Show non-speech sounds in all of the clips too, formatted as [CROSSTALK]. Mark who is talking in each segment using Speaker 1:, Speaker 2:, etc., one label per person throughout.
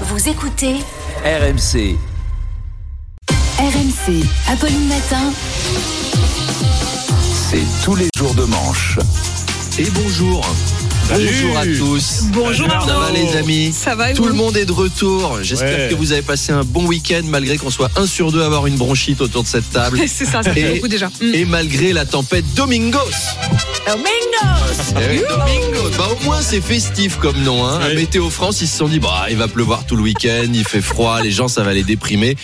Speaker 1: Vous écoutez
Speaker 2: RMC.
Speaker 1: RMC, Apolline Matin.
Speaker 2: C'est tous les jours de manche.
Speaker 3: Et bonjour.
Speaker 4: Salut.
Speaker 3: Bonjour à tous.
Speaker 4: Bonjour
Speaker 3: Ça va
Speaker 4: Arnaud.
Speaker 3: les amis
Speaker 4: Ça va et
Speaker 3: Tout
Speaker 4: vous
Speaker 3: le monde est de retour. J'espère
Speaker 4: Ouais.
Speaker 3: que vous avez passé un bon week-end malgré qu'on soit un sur deux à avoir une bronchite autour de cette table.
Speaker 4: C'est ça, ça fait
Speaker 3: Et-
Speaker 4: beaucoup déjà. [LAUGHS] Mm.
Speaker 3: Et malgré la tempête Domingos.
Speaker 1: Oh,
Speaker 3: Eh oui, Domingos. Bah, au moins c'est festif comme nom. Hein. À
Speaker 5: Ouais.
Speaker 3: Météo France, ils se sont dit bah il va pleuvoir tout le week-end, il fait froid, les gens ça va les déprimer.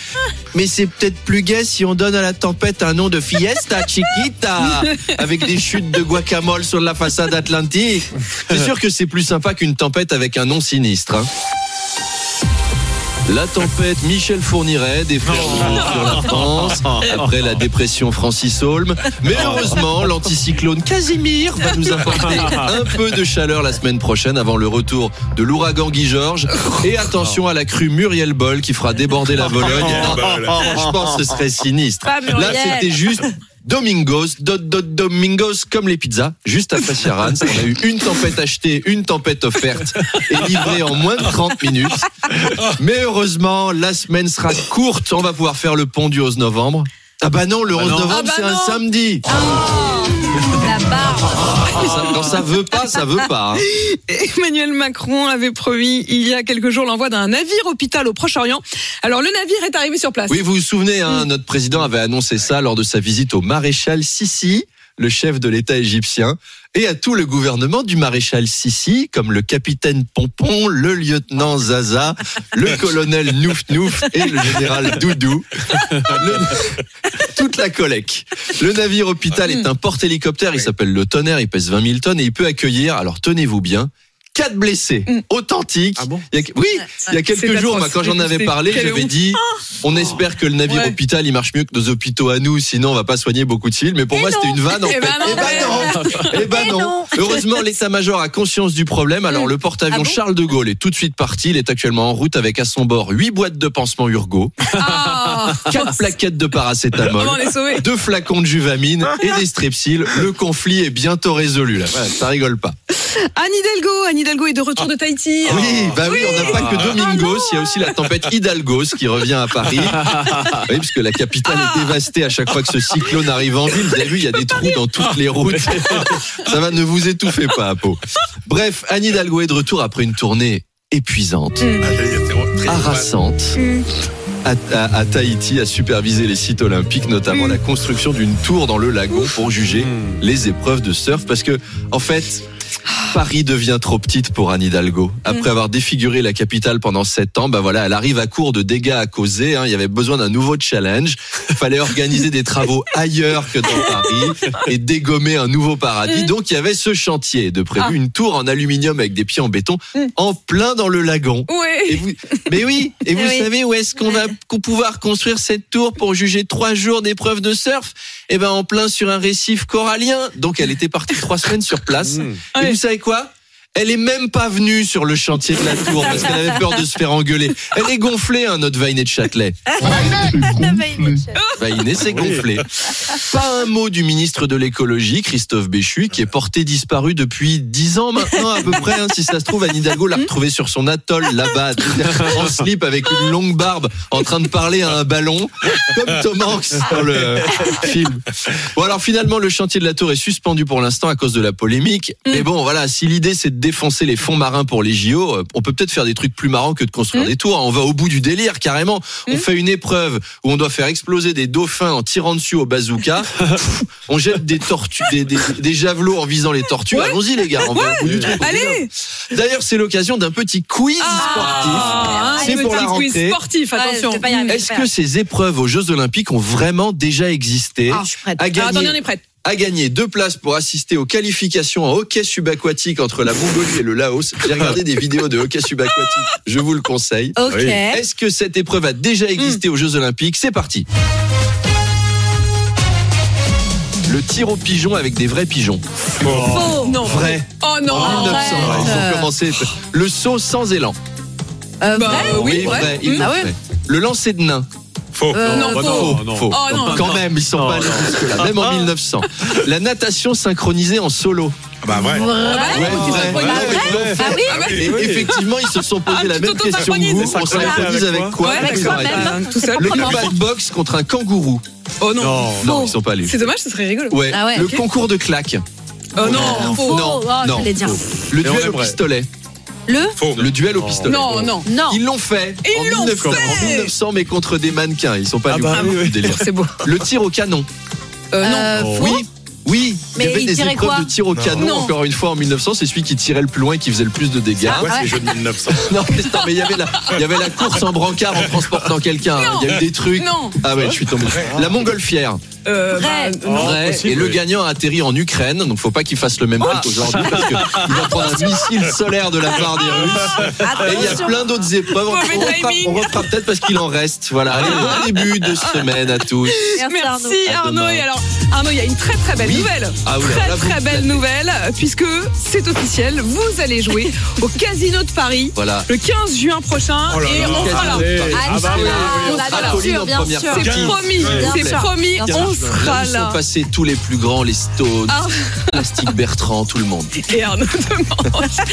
Speaker 3: Mais c'est peut-être plus gai si on donne à la tempête un nom de fiesta chiquita avec des chutes de guacamole sur la façade atlantique. C'est sûr que c'est plus sympa qu'une tempête avec un nom sinistre. hein. La tempête Michel Fourniret des frères Rousseau sur la France après la dépression Francis Holm. Mais heureusement, l'anticyclone Casimir va nous apporter un peu de chaleur la semaine prochaine avant le retour de l'ouragan Guy Georges. Et attention à la crue Muriel Boll qui fera déborder la Vologne. [LAUGHS] Franchement, ce serait sinistre.
Speaker 4: Pas
Speaker 3: Là,
Speaker 4: Muriel.
Speaker 3: c'était juste Domingos, do, do- Domingos comme les pizzas, juste après Ciaran. On a eu une tempête achetée, une tempête offerte et livrée en moins de 30 minutes. Mais heureusement, la semaine sera courte. On va pouvoir faire le pont du 11 novembre. Ah bah non, le 11 novembre,
Speaker 4: Ah bah
Speaker 3: c'est un
Speaker 4: non.
Speaker 3: samedi. Oh.
Speaker 1: La barre.
Speaker 3: Quand Ah, ça- Quand ça veut pas, ça veut pas. hein.
Speaker 4: Emmanuel Macron avait promis il y a quelques jours l'envoi d'un navire hôpital au Proche-Orient. Alors le navire est arrivé sur place.
Speaker 3: Oui, vous vous souvenez, hein, notre président avait annoncé ça lors de sa visite au maréchal Sissi, le chef de l'État égyptien, et à tout le gouvernement du maréchal Sissi, comme le capitaine Pompon, le lieutenant Zaza, le colonel Nouf Nouf et le général Doudou. Le- Toute la collecte. Le navire hôpital
Speaker 4: Ah.
Speaker 3: est un porte-hélicoptère, il s'appelle le Tonnerre, il pèse 20 000 tonnes et il peut accueillir, alors tenez-vous bien, quatre blessés authentiques.
Speaker 5: Ah bon
Speaker 3: Il y a- oui, il y a
Speaker 4: Mm. C'est
Speaker 3: quelques jours,
Speaker 4: atroce.
Speaker 3: moi, quand j'en avais
Speaker 4: C'est-
Speaker 3: parlé,
Speaker 4: quelle
Speaker 3: j'avais
Speaker 4: honte.
Speaker 3: dit, on espère que le navire
Speaker 4: Ouais.
Speaker 3: hôpital, il marche mieux que nos hôpitaux à nous, sinon on va pas soigner beaucoup de civils. Mais pour
Speaker 1: Eh
Speaker 3: moi,
Speaker 1: non.
Speaker 3: c'était une vanne. En
Speaker 4: Eh
Speaker 3: fait.
Speaker 4: ben non,
Speaker 3: Eh ben
Speaker 4: ouais.
Speaker 3: non. Eh ben
Speaker 1: Eh
Speaker 3: non.
Speaker 1: non.
Speaker 3: Heureusement, l'état-major a conscience du problème. Alors,
Speaker 4: Mm.
Speaker 3: le porte-avions
Speaker 1: Ah bon
Speaker 3: Charles de Gaulle est tout de suite parti. Il est actuellement en route avec à son bord huit boîtes de pansement
Speaker 4: [LAUGHS]
Speaker 3: Urgo,
Speaker 4: Ah,
Speaker 3: [LAUGHS] quatre plaquettes de paracétamol.
Speaker 4: comment Oh, on est sauvé
Speaker 3: Deux flacons de juvamine et des strepsils, le conflit est bientôt résolu. Là. Voilà, ça rigole pas.
Speaker 4: Anne Hidalgo, Anne Hidalgo est de retour de Tahiti.
Speaker 3: Oui, bah oui, on n'a pas que Domingos, il y a aussi la tempête Hidalgos qui revient à Paris. Oui, parce que la capitale est dévastée à chaque fois que ce cyclone arrive en ville. Vous avez vu, il y a des trous dans toutes les routes. [LAUGHS] Ça va, ne vous étouffez pas, à peau. Bref, Anne Hidalgo est de retour après une tournée épuisante, Ah, harassante. À, à- à Tahiti, à superviser les sites olympiques, notamment la construction d'une tour dans le lagon pour juger les épreuves de surf. Parce que, en fait, Paris devient trop petite pour Anne Hidalgo. Après avoir défiguré la capitale pendant sept ans, bah voilà, elle arrive à court de dégâts à causer. hein. Il y avait besoin d'un nouveau challenge. Il fallait organiser des travaux ailleurs que dans Paris et dégommer un nouveau paradis. Donc il y avait ce chantier de prévu,
Speaker 4: Ah.
Speaker 3: une tour en aluminium avec des pieds en béton, en plein dans le lagon. Et
Speaker 4: Ouais.
Speaker 3: vous- mais oui, et vous
Speaker 1: Oui.
Speaker 3: savez où est-ce qu'on va cou- pouvoir construire cette tour pour juger trois jours d'épreuves de surf Eh ben en plein sur un récif corallien. Donc elle était partie trois semaines sur place. Et
Speaker 4: Ouais.
Speaker 3: vous savez quoi elle est même pas venue sur le chantier de la tour parce qu'elle avait peur de se faire engueuler. Elle est gonflée, hein, notre Vainet de Châtelet. Vainet s'est gonflé. Pas un mot du ministre de l'écologie, Christophe Béchu, qui est porté disparu depuis 10 ans maintenant à peu près. hein. si ça se trouve, Anne Hidalgo l'a retrouvé sur son atoll là-bas, en slip avec une longue barbe, en train de parler à un ballon, comme Tom Hanks dans le film. Bon alors finalement, le chantier de la tour est suspendu pour l'instant à cause de la polémique.
Speaker 4: Mm.
Speaker 3: Mais bon, voilà, si l'idée c'est de défoncer les fonds marins pour les JO, euh, on peut peut-être faire des trucs plus marrants que de
Speaker 4: Mm.
Speaker 3: construire des tours. On va au bout du délire carrément. On fait une épreuve où on doit faire exploser des dauphins en tirant dessus au
Speaker 4: [LAUGHS]
Speaker 3: bazooka. Pff, on jette des tortues, des, des- des javelots en visant les tortues. Allons-y les gars, on va au bout du truc. on y va.
Speaker 4: Allez
Speaker 3: D'ailleurs, c'est l'occasion d'un petit quiz sportif.
Speaker 4: Ah,
Speaker 3: C'est
Speaker 4: un
Speaker 3: pour
Speaker 4: petit
Speaker 3: la
Speaker 4: quiz
Speaker 3: rentrée.
Speaker 4: sportif, attention.
Speaker 1: je peux pas y arriver.
Speaker 3: Est-ce que ces épreuves aux Jeux Olympiques ont vraiment déjà existé
Speaker 1: je suis prête.
Speaker 3: À
Speaker 4: Ah, attendez,
Speaker 3: gagner-
Speaker 4: on est prête.
Speaker 3: a gagné deux places pour assister aux qualifications en hockey subaquatique entre la Mongolie et le Laos. J'ai regardé des vidéos de hockey subaquatique, je vous le conseille.
Speaker 1: Ok.
Speaker 3: Est-ce que cette épreuve a déjà existé aux Jeux Olympiques C'est parti Le tir au pigeon avec des vrais pigeons.
Speaker 1: Faux.
Speaker 4: Non.
Speaker 3: Vrai.
Speaker 4: Oh non.
Speaker 3: En 1900, ouais, ils ont
Speaker 1: Euh.
Speaker 3: commencé. Le saut sans élan.
Speaker 1: Euh,
Speaker 4: Bah,
Speaker 1: vrai
Speaker 4: euh, oui, vrai.
Speaker 3: ils
Speaker 4: Mm.
Speaker 3: l'ont
Speaker 1: Ah ouais
Speaker 3: fait. Le lancer de nain.
Speaker 5: Faux.
Speaker 1: Euh,
Speaker 4: non,
Speaker 5: bah
Speaker 4: faux.
Speaker 5: non, non.
Speaker 3: Faux.
Speaker 4: Oh non,
Speaker 3: Quand
Speaker 4: non.
Speaker 3: même, ils sont
Speaker 5: Non,
Speaker 3: pas allés
Speaker 5: non.
Speaker 3: jusque-là, même en 1900. La natation synchronisée en solo.
Speaker 5: Bah vrai.
Speaker 1: Vrai
Speaker 3: Ouais,
Speaker 4: tu
Speaker 3: vrai.
Speaker 4: t'auto-
Speaker 3: Ouais,
Speaker 4: Ah,
Speaker 3: ouais, ouais.
Speaker 1: Ah oui
Speaker 3: Et effectivement, ils se sont posés
Speaker 4: Ah,
Speaker 3: la
Speaker 4: tu
Speaker 3: même
Speaker 4: t'auto-
Speaker 3: question que vous.
Speaker 4: synchronise.
Speaker 3: On synchronise avec quoi
Speaker 1: Avec
Speaker 3: Vous aurez-
Speaker 1: soi-même.
Speaker 4: Tout seul.
Speaker 3: Le combat de boxe contre un kangourou.
Speaker 4: Oh non.
Speaker 5: Non.
Speaker 3: Non,
Speaker 1: Faux.
Speaker 3: ils sont pas allés.
Speaker 4: C'est dommage, ce serait rigolo.
Speaker 3: Ouais.
Speaker 1: Ah ouais,
Speaker 3: le
Speaker 1: ok.
Speaker 3: concours de claques.
Speaker 4: Oh
Speaker 1: Non, faux.
Speaker 4: non, faux.
Speaker 3: Non,
Speaker 1: Oh, je
Speaker 3: non.
Speaker 1: voulais dire.
Speaker 3: Le
Speaker 5: Mais on
Speaker 3: duel au
Speaker 5: aimerait.
Speaker 3: pistolet.
Speaker 1: Le
Speaker 5: Faux.
Speaker 3: Le duel au pistolet.
Speaker 4: Non, non.
Speaker 1: Non.
Speaker 3: Ils l'ont fait
Speaker 4: Ils
Speaker 3: en,
Speaker 4: l'ont
Speaker 3: 1900,
Speaker 4: fait.
Speaker 3: en 1900, mais contre des mannequins. Ils sont pas
Speaker 5: Ah
Speaker 3: allés au
Speaker 5: bah
Speaker 3: bout
Speaker 5: oui,
Speaker 3: du
Speaker 5: oui.
Speaker 3: délire.
Speaker 4: C'est beau.
Speaker 3: Le tir au canon.
Speaker 4: Euh, non.
Speaker 1: Euh,
Speaker 5: non.
Speaker 1: faux.
Speaker 3: Oui, oui.
Speaker 1: Mais
Speaker 3: il y avait
Speaker 1: il
Speaker 3: des
Speaker 1: tirait quoi
Speaker 3: épreuves de tir au
Speaker 5: Non.
Speaker 3: canon.
Speaker 4: Non.
Speaker 3: Encore une fois, en 1900, c'est celui qui tirait le plus loin et qui faisait le plus de dégâts.
Speaker 5: Ouais,
Speaker 1: ouais.
Speaker 5: c'est les jeux de 1900.
Speaker 3: [LAUGHS] Non, mais, attends, mais il y avait la, il y avait la course en brancard en transportant quelqu'un. hein. Il y a eu des trucs.
Speaker 4: Non.
Speaker 3: Ah ouais, je suis tombé. La montgolfière.
Speaker 4: Euh,
Speaker 1: Vrai.
Speaker 4: bah,
Speaker 5: Oh,
Speaker 3: Vrai.
Speaker 5: possible,
Speaker 3: et le
Speaker 5: oui.
Speaker 3: gagnant a atterri en Ukraine, donc faut pas qu'il fasse le
Speaker 4: Oh.
Speaker 3: même truc aujourd'hui parce qu'il va prendre un missile solaire de la part des Russes. Et il y a plein d'autres épreuves. On
Speaker 4: Mauvais
Speaker 3: refera,
Speaker 4: timing. Ah.
Speaker 3: on refera peut-être parce qu'il en reste. Voilà. Allez, bon début de semaine à tous.
Speaker 4: Merci
Speaker 3: À
Speaker 4: Arnaud.
Speaker 3: demain.
Speaker 4: Et alors, Arnaud, il y a une très très belle
Speaker 3: Oui.
Speaker 4: nouvelle.
Speaker 3: Ah oui,
Speaker 4: très
Speaker 3: là, vous-
Speaker 4: très belle nouvelle, puisque c'est officiel, vous allez jouer au Casino de Paris
Speaker 3: Voilà.
Speaker 4: le 15 juin prochain.
Speaker 5: Oh là
Speaker 4: et
Speaker 5: là.
Speaker 4: on sera là.
Speaker 5: Allez.
Speaker 1: Ah,
Speaker 5: Ah bah oui, oui, oui.
Speaker 1: bah,
Speaker 3: Ah,
Speaker 1: bien
Speaker 3: Pauline
Speaker 1: sûr,
Speaker 3: en
Speaker 1: bien
Speaker 3: première
Speaker 1: sûr.
Speaker 4: C'est
Speaker 5: Quinze,
Speaker 4: promis,
Speaker 5: s'il
Speaker 1: vous
Speaker 4: c'est
Speaker 1: plaît.
Speaker 4: promis,
Speaker 1: Quinze
Speaker 4: on
Speaker 1: juin.
Speaker 4: sera
Speaker 3: Là, ils sont
Speaker 4: là.
Speaker 3: passés tous les plus grands, les Stones,
Speaker 4: Ah.
Speaker 3: Plastic Bertrand, tout le monde.
Speaker 4: Et Arnaud de Manche.